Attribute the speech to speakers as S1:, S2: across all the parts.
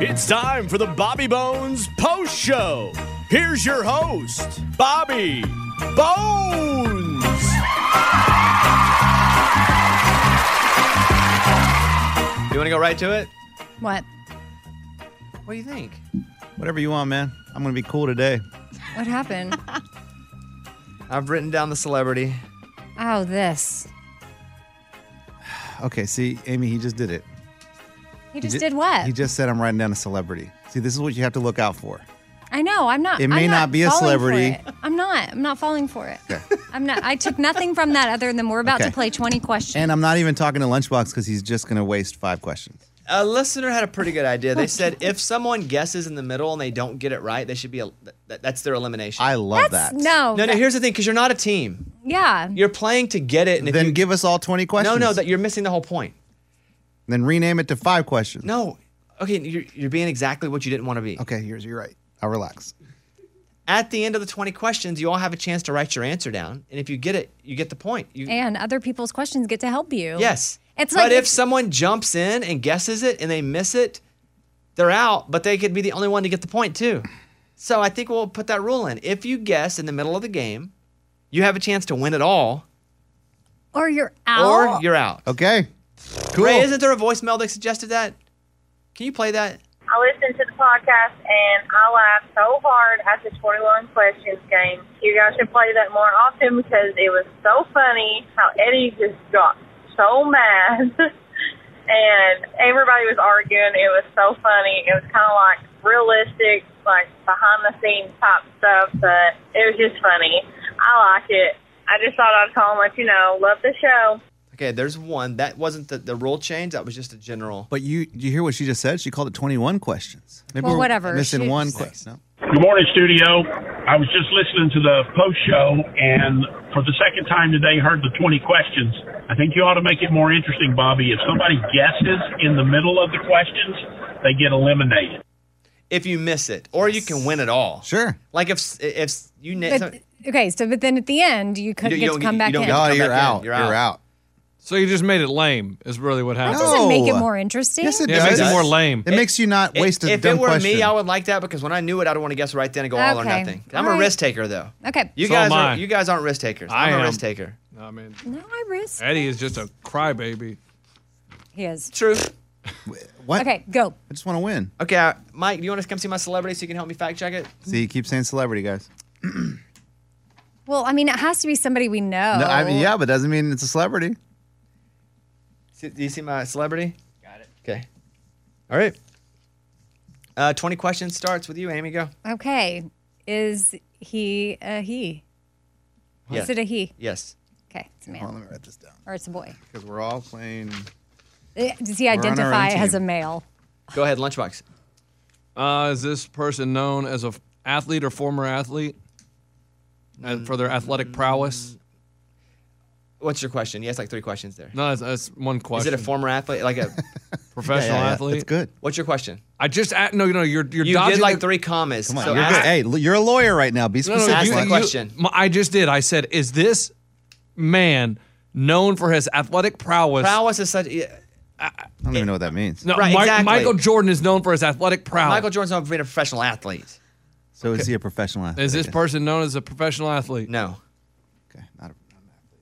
S1: It's time for the Bobby Bones Post Show. Here's your host, Bobby Bones.
S2: You want to go right to it?
S3: What?
S2: What do you think?
S4: Whatever you want, man. I'm gonna be cool today.
S3: What happened?
S2: I've written down the celebrity.
S3: oh, this.
S4: Okay, see, Amy, he just did it.
S3: He
S4: He
S3: just
S4: ju-
S3: did what?
S4: He just said I'm writing down a celebrity. See, this is what you have to look out for.
S3: I know. I'm not.
S4: It may
S3: I'm
S4: not be a
S3: falling for
S4: celebrity.
S3: it. I'm not. I'm not falling for it. I'm not. I took nothing from that other than we're about to
S4: Okay.
S3: play 20 questions.
S4: And I'm not even talking to Lunchbox because he's just gonna waste five questions.
S2: A listener had a pretty good idea. They said if someone guesses in the middle and they don't get it right, they should be a, that, that's their elimination.
S4: I love
S3: That's-
S4: that.
S3: No.
S2: no, no.
S3: Oh, that-
S2: Here's the thing, because you're not a team.
S3: yeah.
S2: You're playing to get it, and if
S4: Then
S2: you,
S4: give us all 20
S2: no,
S4: questions.
S2: no, that you're missing the whole point.
S4: Then rename it to five questions.
S2: No, okay, you're, you're being exactly what you didn't want to be.
S4: Okay, here's you're right. I'll relax.
S2: At the end of the 20 questions, you all have a chance to write your answer down, and if you get it, you get the point. You,
S3: And other people's questions get to help you.
S2: Yes.
S3: It's
S2: but
S3: like
S2: if
S3: if-
S2: someone jumps in and guesses it and they miss it, they're out, but they could be the only one to get the point too. So I think we'll put that rule in. If you guess in the middle of the game, you have a chance to win it all
S3: Or you're
S2: or
S3: out.
S2: you're out.
S4: Okay. Cool.
S2: Ray, isn't there a voicemail that suggested that? Can you play that?
S5: I listened to the podcast and I laughed so hard at the 21 questions game. You guys should play that more often because it was so funny how Eddie just got so mad and everybody was arguing. It was so funny. It was kind of like realistic, like behind the scenes type stuff, but it was just funny. I like it. I just thought I'd call and let you know. Love the show.
S2: Okay, there's one. That wasn't the, the rule change, that was just a general.
S4: But you did you hear what she just said? She called it 21 questions. Maybe
S3: Well,
S4: we're
S3: whatever.
S4: Missing
S3: She-
S4: one question. No.
S6: Good morning, studio. I was just listening to the post show, and for the second time today, heard the 20 questions. I think you ought to make it more interesting, Bobby. If somebody guesses in the middle of the questions, they get eliminated.
S2: If you miss it, or you can win it all.
S4: Sure.
S2: Like if s- if s- you
S3: But-
S2: net. some-
S3: okay, so but then at the end you could
S2: You
S3: get
S2: don't
S3: to
S2: get-
S3: come
S2: you
S3: back
S2: don't
S3: in.
S2: get
S4: No,
S2: come
S4: you're
S2: back in.
S4: out.
S2: You're
S4: You're
S2: out.
S4: out.
S7: So you just made it lame. Is really what
S3: That
S7: happened.
S4: No.
S3: doesn't make it
S4: No.
S3: more interesting.
S4: Yes, it
S7: Yeah,
S4: does.
S7: it makes it more lame.
S4: It, makes you not
S2: If-
S4: waste a
S2: if
S4: dumb
S2: it were
S4: question.
S2: me, I would like that because when I knew it, I'd want to guess right then and go all or
S3: Okay.
S2: nothing. 'Cause I'm
S3: All
S2: a
S3: right.
S2: risk taker though.
S3: Okay.
S2: You
S7: So
S2: guys
S7: am I.
S2: aren't you guys aren't risk takers.
S7: I
S2: I'm a
S7: am.
S2: risk taker.
S7: I mean,
S3: no, I risk.
S7: Eddie is just a crybaby.
S3: He is.
S2: True.
S4: what?
S3: Okay, go.
S4: I just want to win.
S2: Okay, I- Mike, do you want to come see my celebrity so you can help me fact check it?
S4: See, you keep saying celebrity, guys.
S3: Well, I mean, it has to be somebody we know.
S4: No, I mean, yeah, but doesn't mean it's a celebrity.
S2: See, do you see my celebrity? Got it. Okay. All right. Uh, 20 questions starts with you, Amy. Go.
S3: Okay. Is he a he?
S2: Yes.
S3: Is it a he?
S2: Yes.
S3: Okay, it's a
S4: Hold on,
S3: man
S4: Oh, let me write this down
S3: or it's a boy.
S4: because we're all playing.
S3: Eh, Does he
S4: on our own
S3: identify as a
S4: team.
S3: male?
S2: Go ahead, lunchbox.
S7: Uh, is this person known as a f- athlete or former athlete uh,
S2: Mm.
S7: for their athletic prowess?
S2: What's your question? Yes, like three questions there.
S7: No, that's, that's one
S2: Is
S7: question.
S2: it a former athlete? Like a
S7: professional athlete?
S4: That's good.
S2: what's your question?
S7: I just a- no, no. You're you're
S2: You
S7: dodging
S2: did like
S7: the-
S2: three commas.
S4: Come on,
S2: so
S4: you're
S2: ask-
S4: good. Hey, l- you're a lawyer right now. Be
S7: No, no,
S4: specific.
S2: ask
S7: you-
S2: the
S7: you-
S2: question.
S7: m- I just did. I said, is this man known for his athletic prowess?
S2: Prowess is such. yeah,
S4: I don't even know what that means.
S7: No,
S2: Right,
S7: Mi-
S2: exactly.
S7: Michael Jordan is known for his athletic prowess.
S2: Michael Jordan's known for being a professional athlete.
S4: So is he a professional athlete?
S7: is
S4: I
S7: this
S4: guess?
S7: person known as a professional athlete?
S2: No.
S4: Okay, not a, not an athlete.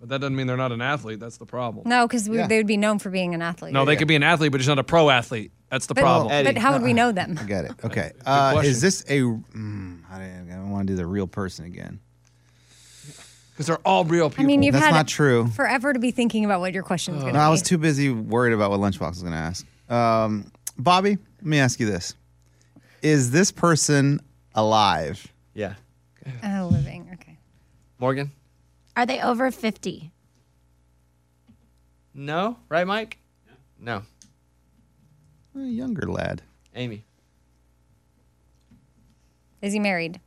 S7: But that doesn't mean they're not an athlete. That's the problem.
S3: No, because
S4: Yeah.
S3: they would be known for being an athlete.
S7: No, they could be an athlete, but he's not a pro athlete. That's the
S3: but,
S7: problem.
S2: Eddie.
S3: But how would we know them?
S4: I get it. Okay, uh,
S7: question.
S4: is this a? Mm, I don't, I don't want to do the real person again.
S7: Because they're all real people.
S3: I mean, you've
S4: That's
S3: had
S4: not true.
S3: forever to be thinking about what your question's going to
S4: No, I
S3: be.
S4: was too busy worried about what Lunchbox was going to ask. Um, Bobby, let me ask you this: Is this person alive?
S2: Yeah.
S3: oh, living. Okay.
S2: Morgan?
S8: Are they over 50?
S2: No, right, Mike? No.
S4: A younger lad.
S2: Amy.
S3: Is he married?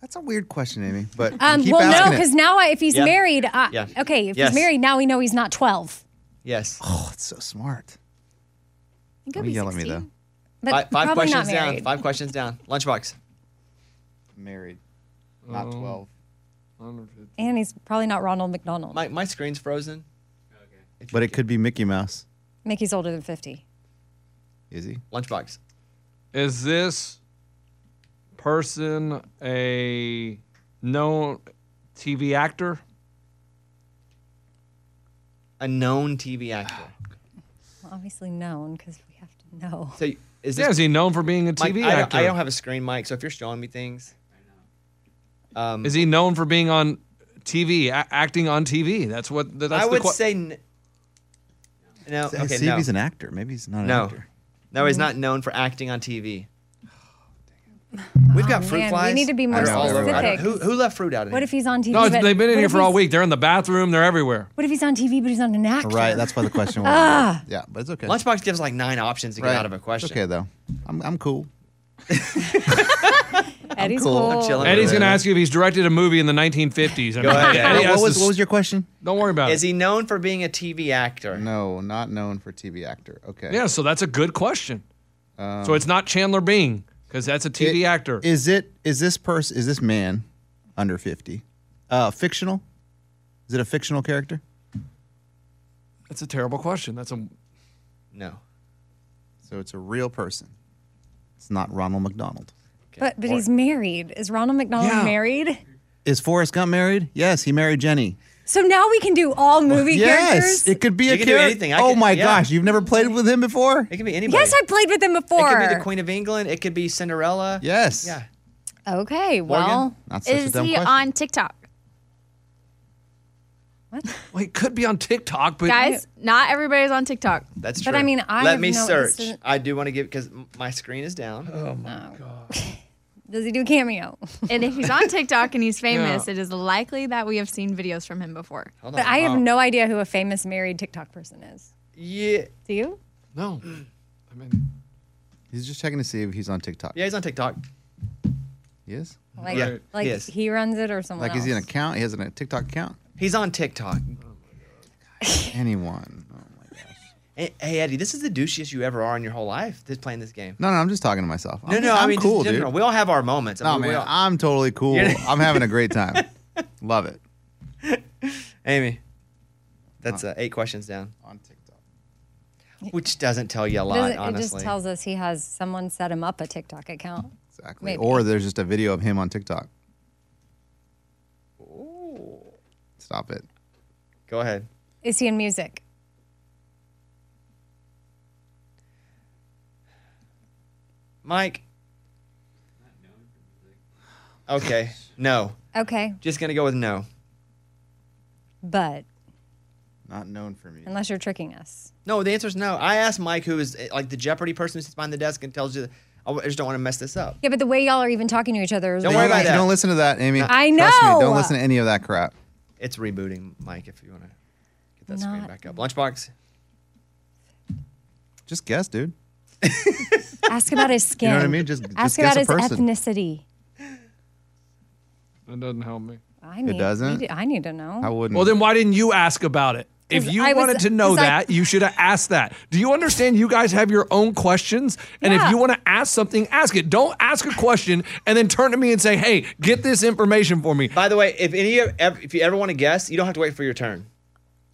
S4: That's a weird question, Amy. But
S3: Um,
S4: you keep
S3: well, no,
S4: asking it.
S3: because now I, if he's
S2: Yeah.
S3: married, I,
S2: Yeah.
S3: okay, if
S2: Yes.
S3: he's married, now we know he's not 12.
S2: Yes.
S4: Oh, it's so smart.
S8: He could
S4: Don't
S8: be
S4: yell at me
S8: 60.
S4: though.
S3: But
S2: Five, five
S3: probably
S2: questions
S3: not
S2: down.
S3: married.
S2: Five questions down. Lunchbox.
S4: Married, not twelve.
S3: And he's probably not Ronald McDonald.
S2: My, my screen's frozen.
S4: But it could be Mickey Mouse.
S3: Mickey's older than 50.
S4: Is he?
S2: Lunchbox.
S7: Is this person a known TV actor?
S2: A known TV actor.
S3: Well, obviously known because we have to know.
S2: So is this
S7: Yeah, is he known for being a TV
S2: Mike, I don't,
S7: actor?
S2: I don't have a screen mic, so if you're showing me things, um,
S7: Is he known for being on TV, a- acting on TV? That's what. That's
S2: I
S7: the
S2: would
S7: que-
S2: say n- no.
S4: See-
S2: Okay,
S4: See
S2: no.
S4: if he's an actor. Maybe he's not an
S2: No.
S4: actor.
S2: No,
S3: Mm.
S2: he's not known for acting on TV. Oh, We've got fruit
S3: Oh, man, we
S2: flies.
S3: need to be more
S2: that are all over. I don't-
S3: specific.
S2: Who, who left fruit out of
S3: What
S2: here?
S3: if he's on TV?
S7: No,
S3: but-
S7: they've been
S3: what
S7: in here
S3: if
S7: for all
S3: he's-
S7: week. They're in the bathroom. They're everywhere.
S3: What if he's on TV but he's not an actor?
S4: Right. That's why the question was.
S3: Ah.
S4: yeah, but it's okay.
S2: Lunchbox gives like nine options to get
S4: Right.
S2: out of a question.
S4: It's okay though. I'm I'm cool.
S3: Eddie's
S4: cool.
S3: cool.
S4: I'm
S2: chilling.
S7: Eddie's gonna ask you if he's directed a movie in the 1950s. I
S2: Go ahead, Eddie.
S7: Eddie has
S4: what, was,
S7: to-
S4: what was your question?
S7: Don't worry about
S2: Is
S7: it.
S2: he known for being a TV actor?
S4: No, not known for TV actor. Okay.
S7: Yeah, so that's a good question. so it's not Chandler Bing because that's a TV
S4: It-
S7: actor.
S4: Is it is this person is this man under 50 uh fictional? Is it a fictional character?
S7: that's a terrible question. That's a
S2: No.
S4: So it's a real person. It's not Ronald McDonald.
S3: But but he's married. Is Ronald McDonald
S7: Yeah.
S3: married?
S4: Is Forrest Gump married? Yes, he married Jenny.
S3: So now we can do all movie
S4: Yes,
S3: characters.
S4: it could be a
S2: can do
S4: character.
S2: anything. I
S4: oh
S2: can-
S4: my
S2: yeah.
S4: gosh, you've never played with him before?
S2: It could be anybody.
S3: yes, I played with him before.
S2: It could be the Queen of England. It could be Cinderella.
S4: Yes.
S2: Yeah.
S8: Okay, well,
S4: Not such a
S8: is
S4: dumb
S8: he
S4: question.
S8: on TikTok?
S7: well, he could be on TikTok, but
S8: Guys, not everybody's on TikTok.
S2: That's true.
S3: But I mean, I
S2: let
S3: have
S2: me
S3: no
S2: search.
S3: instant-
S2: I do want to give because my screen is down.
S3: Does he do cameo?
S8: And if he's on TikTok and he's famous,
S7: Yeah.
S8: it is likely that we have seen videos from him before.
S2: Hold on.
S3: But I have no idea who a famous married TikTok person is.
S2: yeah,
S3: Do you?
S7: no. I mean,
S4: He's just checking to see if he's on TikTok.
S2: yeah, he's on TikTok.
S4: He is?
S3: Like
S2: Yeah,
S3: like
S2: he is.
S3: he runs it or someone
S4: Like, is he an
S3: else?
S4: account? He has a TikTok account?
S2: He's on TikTok.
S4: Anyone. Oh my gosh.
S2: Hey, hey, Eddie, this is the douchiest you ever are in your whole life. This playing this game.
S4: No, no, I'm just talking to myself.
S2: No,
S4: I'm,
S2: no,
S4: I'm
S2: I mean,
S4: cool,
S2: just in
S4: dude.
S2: general. We all have our moments. I
S4: No,
S2: mean, we
S4: man,
S2: all-
S4: I'm totally cool.
S2: You're-
S4: I'm having a great time. Love it.
S2: Amy, that's uh, eight questions down,
S4: On TikTok.
S2: which doesn't tell you a lot,
S3: Does it, it
S2: honestly.
S3: just tells us he has someone set him up a TikTok account.
S4: Exactly.
S3: Maybe.
S4: Or there's just a video of him on TikTok. Stop it.
S2: Go ahead.
S3: Is he in music?
S2: Mike. Okay. No.
S3: Okay,
S2: Just going to go with no.
S3: but
S4: Not known for me.
S3: unless you're tricking us,
S2: No, the answer is no. I asked Mike, who is eh, like the Jeopardy person who sits behind the desk and tells you, "Oh, I w- I just don't want to mess this up.
S3: yeah. But the way y'all are even talking to each other is
S2: Don't
S4: You
S2: worry
S4: don't,
S2: about
S4: you
S2: that.
S4: don't listen to that, Amy.
S3: I
S4: Trust me,
S3: know.
S4: don't listen to any of that crap.
S2: It's rebooting, Mike, if you want to get that screen
S3: Not-
S2: back up. Lunchbox.
S4: Just guess, dude.
S3: ask about his skin.
S4: You know what I mean? Just,
S3: ask
S4: just
S3: about
S4: guess a
S3: his
S4: person.
S3: ethnicity.
S7: that doesn't help me.
S3: I need,
S4: doesn't?
S3: you do- I need to know.
S4: I wouldn't.
S7: Well, then why didn't you ask about it? If
S3: 'Cause
S7: you
S3: I was-
S7: wanted to know
S3: 'cause I-
S7: that, you should have asked that. Do you understand? You guys have your own questions, and if
S3: Yeah.
S7: you want to ask something, ask it. Don't ask a question and then turn to me and say, "Hey, get this information for me."
S2: By the way, if any of- ev- if you ever want to guess, you don't have to wait for your turn.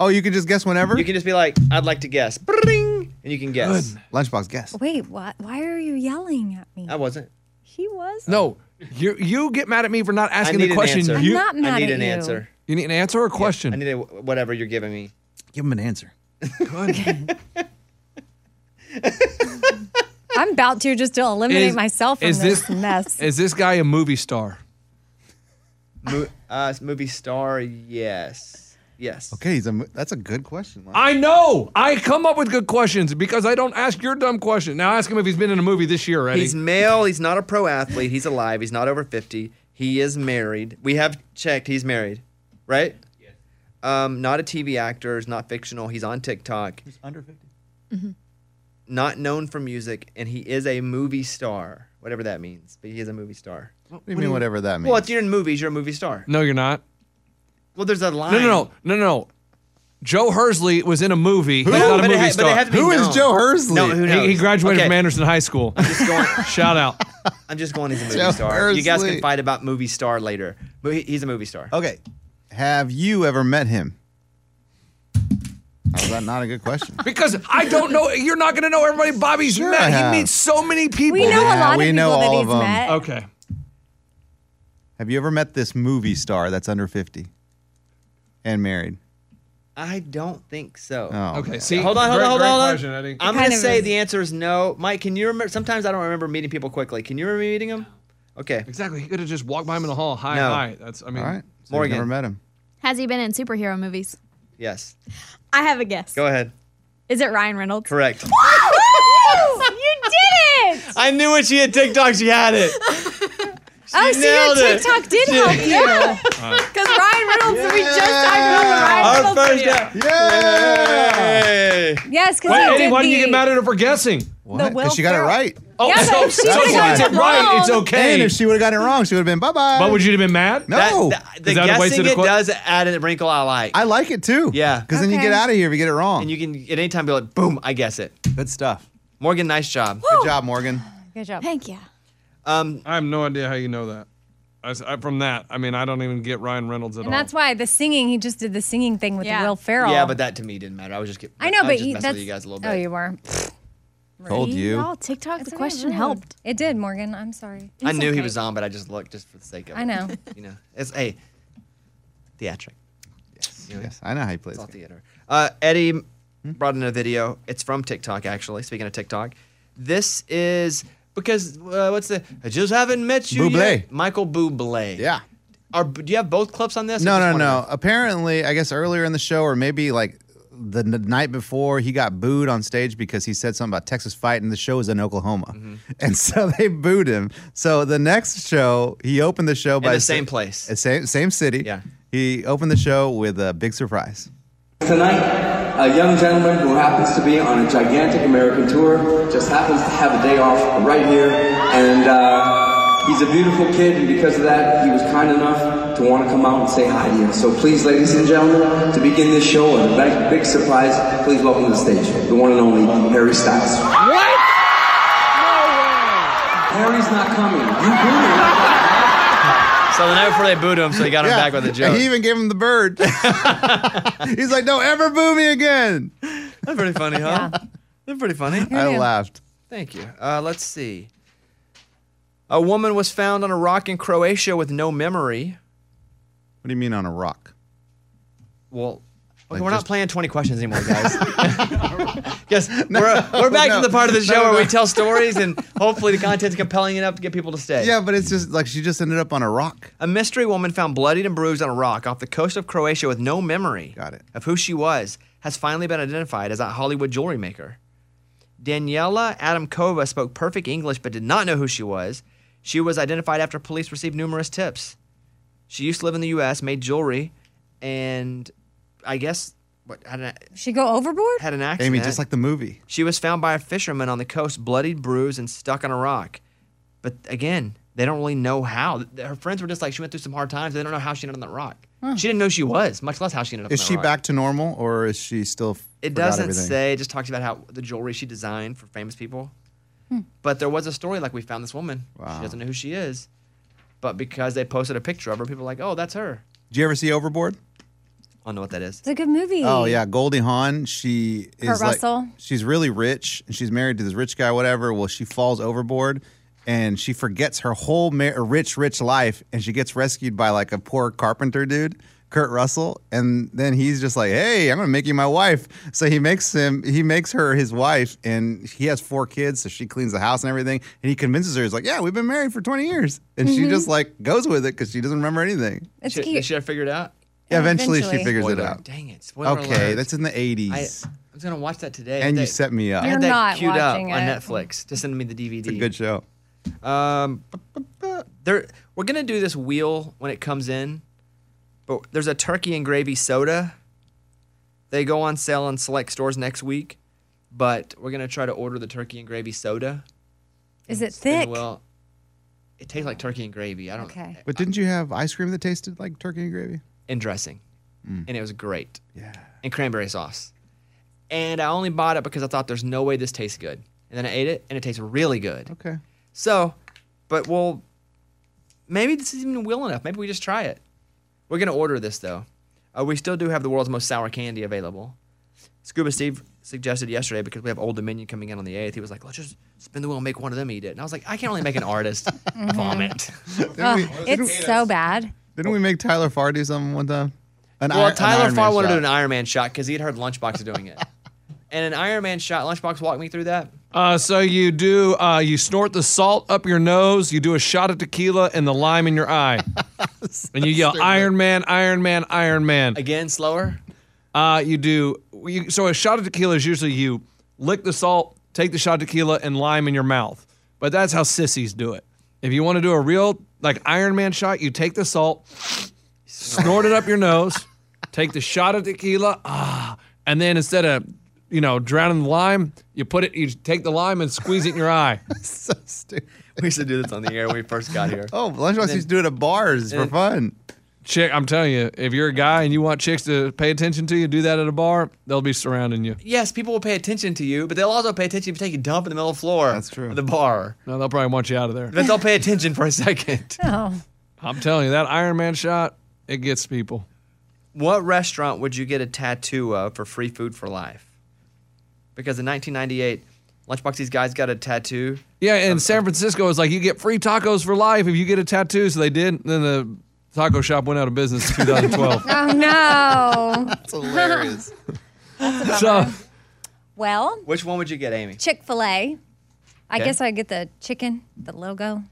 S4: oh, you can just guess whenever?
S2: You can just be like, I'd like to guess. Bring, and you can guess.
S4: Lunchbox, guess.
S3: Wait, what? Why are you yelling at me?
S2: I wasn't.
S3: he was.
S7: No, you you get mad at me for not
S2: I
S7: asking
S2: need
S7: the question.
S2: an answer.
S7: You
S3: I'm not mad
S2: I
S3: at
S2: need an
S3: you.
S2: answer.
S7: you need an answer or a
S2: I
S7: question.
S2: need a, whatever you're giving me.
S4: Give him an answer.
S3: I'm about to just to eliminate
S7: Is-
S3: myself from
S7: is
S3: this,
S7: this-
S3: mess.
S7: Is this guy a movie star?
S2: Mo- uh, movie star, yes. Yes.
S4: Okay, he's a, mo- that's a good question. Lunch-
S7: I know. I come up with good questions because I don't ask your dumb question. Now ask him if he's been in a movie this year already.
S2: He's male. He's not a pro athlete. He's alive. He's not over 50. He is married. We have checked. He's married, right? Yes. Um, not a TV actor. He's not fictional. He's on TikTok.
S4: He's under 50.
S3: Mm-hmm.
S2: Not known for music. And he is a movie star, whatever that means. But he is a movie star.
S4: What do you mean, whatever that means?
S2: Well, if you're in movies, you're a movie star.
S7: no, you're not.
S2: Well, there's a line.
S7: No, no, no, no, no, no. Joe Hersley was in a movie. He's not a
S2: But it
S7: movie
S2: ha- but
S7: star.
S2: it had to be
S4: Who is
S2: known.
S4: Joe Hersley?
S2: No, who
S7: He-
S2: knows?
S7: he, graduated
S2: Okay,
S7: from Anderson High School.
S2: just going-
S7: Shout out.
S2: I'm just going. He's a movie
S4: Joe
S2: star. You guys can
S4: Hersley.
S2: fight about movie star later.
S4: Oh.
S2: But he- He's a movie star.
S4: Okay. Have you ever met him? How is that not a good question?
S9: Because I don't know. You're not going to know everybody Bobby's
S4: Sure I
S9: met.
S4: have.
S9: He meets so many people.
S4: We know a Yeah, lot of we know people that all he's of 'em. met.
S9: Okay.
S4: Have you ever met this movie star that's under 50 and married?
S2: I don't think so.
S4: Oh. Okay,
S2: Yeah.
S4: see,
S2: hold on, hold
S4: great-
S2: on, hold
S4: great
S2: on.
S4: question. I didn't-
S2: I'm
S4: Kind
S2: gonna
S4: of
S2: say
S4: is.
S2: the answer is no. Mike, can you remember? Sometimes I don't remember meeting people quickly. Can you remember meeting them? Okay.
S7: Exactly. He could have just walked by him in the hall. Hi,
S2: No.
S7: hi. That's. I mean,
S2: All right.
S4: So you've never met him.
S8: Has he been in superhero movies?
S2: Yes.
S8: I have a guess.
S2: Go ahead.
S8: Is it Ryan Reynolds?
S2: Correct.
S8: you did it!
S2: I knew when she had TikTok, she had it.
S8: oh, so your
S2: nailed it.
S8: TikTok did
S2: She-
S8: help you. Because Ryan Reynolds, we just talked about the Ryan
S2: Our
S8: Reynolds
S2: first
S8: video.
S2: up. Yay!
S3: Yes, because
S7: Wait,
S3: he
S7: Eddie,
S3: did
S7: why
S3: the,
S7: do you get mad at her for guessing?
S4: What? 'Cause she got it right.
S7: Oh,
S3: Yeah,
S7: so,
S3: but she
S7: so
S3: would've
S7: she
S3: gotten
S7: gets it
S3: it
S7: right. It's
S3: wrong.
S7: okay.
S4: And if she would have gotten it wrong, she would have been bye bye.
S7: But would you have been mad?
S4: No.
S2: That- the
S7: Is that a wasted
S2: guessing it
S7: equi-
S2: does add a wrinkle I like.
S4: I like it too.
S2: yeah.
S4: Because then you
S3: Okay.
S4: get out of here if you get it wrong.
S2: And you can at any time be like, boom, I guess it.
S4: Good stuff.
S2: Morgan, nice job.
S8: Oh.
S4: Good job, Morgan.
S3: Good job.
S8: Thank you.
S2: Um,
S7: I have no idea how you know that. I s I from that, I mean, I don't even get Ryan Reynolds at
S3: And
S7: all.
S3: that's why the singing, he just did the singing thing with
S8: Yeah.
S3: Will Ferrell.
S2: Yeah, but that to me didn't matter. I was just get-
S3: I know,
S2: was
S3: but
S2: just
S3: you,
S2: messing
S3: that's
S2: with you guys a little
S3: Oh,
S2: bit.
S3: you were.
S4: Told you.
S8: Y'all, TikTok, the
S3: It's
S8: question
S3: rude.
S8: helped.
S3: It did, Morgan. I'm sorry.
S2: I knew he was on, but I just looked just for the sake of it.
S3: I know.
S2: You know, it's a theatric.
S4: Yes, I know how he plays.
S2: It's all theater. Uh, Eddie
S4: Hmm?
S2: brought in a video. It's from TikTok, actually. Speaking of TikTok, this is because uh, what's the? I just haven't met you
S4: Bublé.
S2: yet. Michael Bublé.
S4: Yeah.
S2: Are do you have both clips on this? or
S4: No,
S2: just
S4: no,
S2: one of
S4: no. Apparently, I guess earlier in the show, or maybe like the n- night before, he got booed on stage because he said something about Texas fight, and the show was in Oklahoma,
S2: Mm-hmm.
S4: and so they booed him. So the next show, he opened the show
S2: them?
S4: by
S2: In the
S4: sa-
S2: same place.
S4: uh, same same city.
S2: Yeah.
S4: he opened the show with a big surprise.
S10: Tonight, a young gentleman who happens to be on a gigantic American tour just happens to have a day off right here, and uh, he's a beautiful kid, and because of that, he was kind enough to want to come out and say hi to you. So please, ladies and gentlemen, to begin this show with a big, big surprise, please welcome to the stage the one and only Harry Styles.
S9: What?
S10: Harry's not coming. You booed him.
S2: So the night before they booed him, so he got him
S4: Yeah.
S2: back with a joke.
S4: He even gave him the bird. He's like, "Don't ever boo me again."
S2: That's pretty funny, huh? That's pretty funny.
S4: I laughed.
S2: Thank you. Uh, let's see. A woman was found on a rock in Croatia with no memory.
S4: What do you mean on a rock?
S2: Well, okay,
S4: Like
S2: we're
S4: just-
S2: not playing 20 questions anymore, guys. yes, we're, we're back
S4: no,
S2: to the part of the show
S4: no,
S2: where we
S4: no.
S2: tell stories and hopefully the content's compelling enough to get people to stay.
S4: Yeah, but it's just like she just ended up on a rock.
S2: A mystery woman found bloodied and bruised on a rock off the coast of Croatia with no memory
S4: Got it.
S2: of who she was has finally been identified as a Hollywood jewelry maker. Daniela Adamkova spoke perfect English but did not know who she was. She was identified after police received numerous tips. She used to live in the U.S., made jewelry, and I guess what had an,
S3: She go overboard?
S2: had an accident.
S4: Amy, just like the movie.
S2: She was found by a fisherman on the coast, bloodied, bruised, and stuck on a rock. But again, they don't really know how. Th- Her friends were just like, she went through some hard times. They don't know how she ended up on that rock. She didn't know she was, much less how she ended up
S4: Is
S2: on that
S4: she
S2: rock.
S4: back to normal or is she still? f-
S2: It
S4: forgot
S2: doesn't
S4: everything?
S2: say. It just talks about how the jewelry she designed for famous people.
S4: Hmm.
S2: But there was a story like, we found this woman. She doesn't know who she is. But because they posted a picture of her, people were like, oh, that's her.
S4: Do you ever see Overboard?
S2: I don't know what that is.
S3: It's a good movie.
S4: Oh yeah, Goldie Hawn. She is
S3: Kurt
S4: like-
S3: Russell.
S4: she's really rich and she's married to this rich guy. Whatever. Well, she falls overboard and she forgets her whole mar- rich, rich life, and she gets rescued by like a poor carpenter dude. Kurt Russell, and then he's just like, "Hey, I'm gonna make you my wife." So he makes him, he makes her his wife, and he has four kids. So she cleans the house and everything, and he convinces her, he's like, "Yeah, we've been married for 20 years," and she
S3: Mm-hmm.
S4: just like goes with it because she doesn't remember anything.
S3: It's
S2: Should,
S3: cute.
S2: Should I figure it out?
S4: Eventually,
S3: Eventually.
S4: she figures it
S2: Spoiler.
S4: out.
S2: Dang it. Spoiler
S4: Okay,
S2: alert.
S4: that's in the
S2: I, I
S4: 80s.
S2: was going to watch that today.
S4: and you
S2: They-
S4: set me up.
S2: I had
S3: You're
S2: that
S3: not
S2: queued up on
S3: watching it.
S2: Netflix to send me the DVD.
S4: It's a good show.
S2: Um, there, we're gonna do this wheel when it comes in, but there's a turkey and gravy soda. They go on sale in select stores next week, but we're gonna try to order the turkey and gravy soda.
S3: Is it
S2: And
S3: thick?
S2: Well, it tastes like turkey and gravy. I don't
S3: Okay.
S4: But didn't you have ice cream that tasted like turkey and gravy?
S2: and dressing, and it was great,
S4: Mm. Yeah.
S2: and cranberry sauce. And I only bought it because I thought there's no way this tastes good. And then I ate it, and it tastes really good.
S4: Okay.
S2: So, but we'll maybe this isn't even will enough. Maybe we just try it. We're gonna order this though. Uh, we still do have the world's most sour candy available. Scuba Steve suggested yesterday because we have Old Dominion coming in on the 8th. He was like, let's just spin the wheel and make one of them eat it. And I was like, I can only make an artist
S3: Mhm.
S2: vomit.
S3: Ugh, it's so bad.
S4: Didn't we make Tyler Farr do something one time? An
S2: well,
S4: ir- an
S2: Tyler
S4: Iron Man
S2: Farr wanted to
S4: shot.
S2: do an Iron Man shot because he'd heard Lunchbox doing it. And an Iron Man shot, Lunchbox walked me through that.
S7: Uh, so you do uh, you snort the salt up your nose, you do a shot of tequila and the lime in your eye, and you yell Iron Man, Iron Man, Iron Man
S2: again slower.
S7: Uh, you do you, so a shot of tequila is usually you lick the salt, take the shot of tequila and lime in your mouth, but that's how sissies do it. If you want to do a real like Iron Man shot, you take the salt, snort it up your nose, take the shot of tequila, ah, and then instead of you know drowning the lime, you put it, you take the lime and squeeze it in your eye.
S4: so stupid.
S2: We used to do this on the air when we first got here.
S4: Oh, Lunchbox used to do it at bars for
S7: and-
S4: fun.
S7: Chick, I'm telling you, if you're a guy and you want chicks to pay attention to you, do that at a bar. They'll be surrounding you.
S2: Yes, people will pay attention to you, but they'll also pay attention if you take a dump in the middle of the floor. That's true. The bar.
S7: No, they'll probably want you out of there.
S2: But they'll pay attention for a second.
S3: Oh.
S7: I'm telling you, that Iron Man shot, it gets people.
S2: What restaurant would you get a tattoo of for free food for life? Because in 1998, Lunchbox these guys got a tattoo.
S7: Yeah, and San Francisco is like you get free tacos for life if you get a tattoo. So they did. Then the taco shop went out of business in 2012.
S3: Oh no. That's
S4: hilarious.
S7: so
S3: well,
S2: Which one would you get, Amy?
S3: Chick Fil A. I
S2: Okay.
S3: guess I get the chicken, the logo.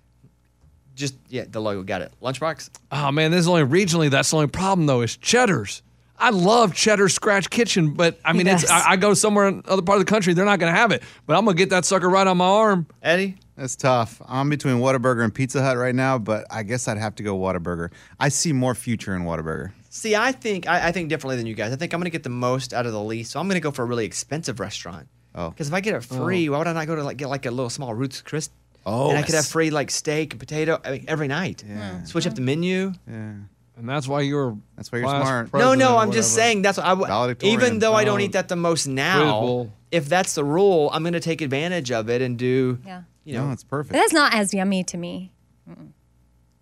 S2: Just yeah, the logo. Got it. Lunchbox.
S7: Oh man, this is only regionally. That's the only problem though is Cheddar's. I love Cheddar's Scratch Kitchen, but I
S2: He
S7: mean, it's
S2: does.
S7: I, I go somewhere in other part of the country, they're not gonna have it. But I'm gonna get that sucker right on my arm.
S2: Eddie,
S4: That's tough. I'm between Whataburger and Pizza Hut right now, but I guess I'd have to go Whataburger. I see more future in Whataburger.
S2: See, I think I, I think differently than you guys. I think I'm gonna get the most out of the least, so I'm gonna go for a really expensive restaurant.
S4: Oh,
S2: Because if I get it free, why would I not go to like get like a little small Roots Chris?
S4: Oh,
S2: and I could have
S4: yes.
S2: free like steak and potato I mean, every night. Yeah. Switch up the menu.
S4: Yeah.
S7: And that's why you're
S4: that's
S7: why
S2: you're smart. No, no, I'm just saying that's what I would.
S7: Valedictorian.
S2: Even though I don't
S7: Oh.
S2: eat that the most
S7: Quiz
S2: now,
S7: Bowl.
S2: if that's the rule, I'm gonna take advantage of it and do.
S3: Yeah.
S2: You know,
S4: it's perfect.
S3: But that's not as yummy to me. Mm-mm.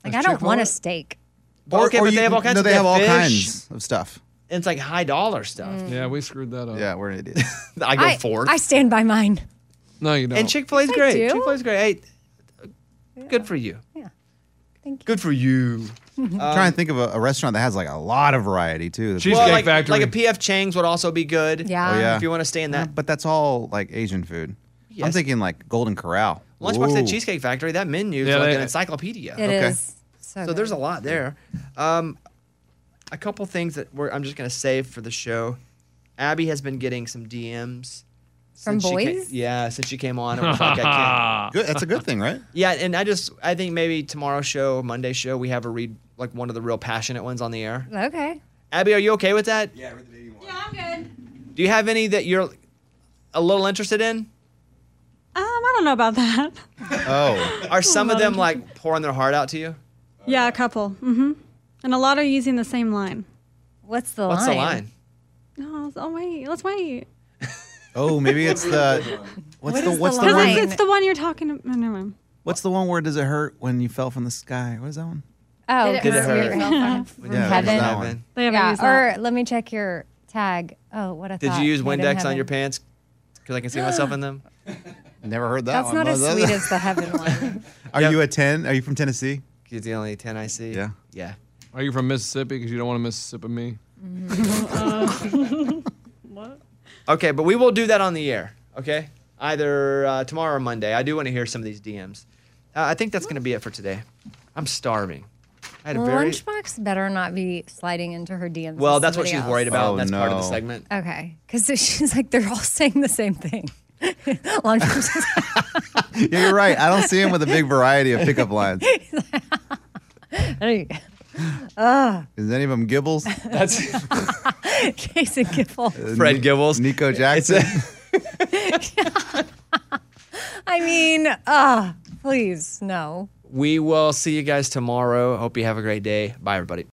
S3: Like I
S2: That's
S3: don't want
S2: Chick-fil-A?
S3: a steak.
S2: okay, but they have all kinds
S4: no,
S2: of
S4: they
S2: they
S4: have all
S2: fish.
S4: kinds of stuff.
S2: And it's like high dollar stuff.
S7: Yeah, we screwed that
S2: Oh.
S7: up.
S4: Yeah, we're an idiot.
S2: I go
S3: Mm. I,
S2: forth.
S3: I stand by mine.
S7: no, you don't.
S2: And Chick Fil A's
S3: I
S2: great.
S3: do.
S2: Chick Fil A's great. Hey, good for you.
S3: Yeah. Thank
S2: you. Good for you.
S4: I'm
S2: Um,
S4: trying to think of a, a restaurant that has like a lot of variety too.
S2: Well, like, Like a PF Chang's would also be good.
S4: Yeah. Oh, yeah.
S2: If you want to stay in that.
S4: but that's all like Asian food. I'm
S2: Yes.
S4: thinking like Golden Corral.
S2: Lunchbox
S4: Ooh.
S2: at Cheesecake Factory, that menu is
S4: Yeah,
S2: like
S4: they-
S2: an encyclopedia.
S4: It Okay. is.
S2: So, there's a lot there. Um, a couple things that we're, I'm just going to save for the show. Abby has been getting some DMs.
S3: From
S2: since she ca-
S3: boys?
S2: yeah, since she came on. It was like, I can't.
S4: Good, that's a good thing, right?
S2: Yeah, and I just, I think maybe tomorrow's show, Monday show, we have a read, like one of the real passionate ones on the air.
S3: Okay.
S2: Abby, are you okay with that? Yeah, read the baby one. Yeah, I'm good. Do you have any that you're a little interested in?
S11: Um, I don't know about that.
S2: Oh. Are some of them like pouring their heart out to you?
S11: Yeah, a couple. Mm-hmm. And a lot are using the same line.
S3: What's the
S2: What's the line?
S11: No, oh wait, let's wait.
S4: Oh, maybe it's the what's
S11: What
S4: the
S11: is the
S4: what's the,
S11: line? 'Cause
S4: one
S11: It's, it's the one you're talking about. Never mind.
S4: what's the one where does it hurt when you fell from the sky? What is that one?
S3: Oh,
S11: Did it
S3: good
S11: hurt
S3: for
S11: when
S3: you.
S11: you fell from-
S4: from Yeah, heaven? that one.
S11: They haven't
S3: Yeah,
S11: used
S3: or
S11: that.
S3: let me check your tag. Oh, what a
S2: Did
S3: thought.
S2: you use
S3: Made in
S2: Windex on
S3: heaven.
S2: your pants? Because I can see myself in them.
S4: Never heard that
S3: That's
S4: one.
S3: not
S4: What
S3: as
S4: was that?
S3: sweet as the heaven one.
S4: Are you a 10? Are you from Tennessee?
S2: He's the only 10 I see.
S4: Yeah.
S2: Yeah.
S7: Are you from Mississippi? Because you don't want to Mississippi me.
S11: what?
S2: Okay, but we will do that on the air, okay? Either uh, tomorrow or Monday. I do want to hear some of these DMs. Uh, I think that's going to be it for today. I'm starving. I had a very.
S3: Lunchbox better not be sliding into her DMs.
S2: Well,
S3: with
S2: that's what
S3: somebody
S2: she's
S3: else.
S2: worried about.
S4: Oh,
S2: and that's part of the
S4: no.
S2: segment.
S3: Okay, because she's like they're all saying the same thing. Lunchbox.
S4: yeah, you're right. I don't see him with a big variety of pickup lines.
S3: Hey. Ugh.
S4: Is any of them Gibbles?
S2: That's
S3: Jason Giffel.
S2: Fred Gibbles.
S4: Nico Jackson.
S3: I mean, uh, please, no.
S2: We will see you guys tomorrow. Hope you have a great day. Bye, everybody.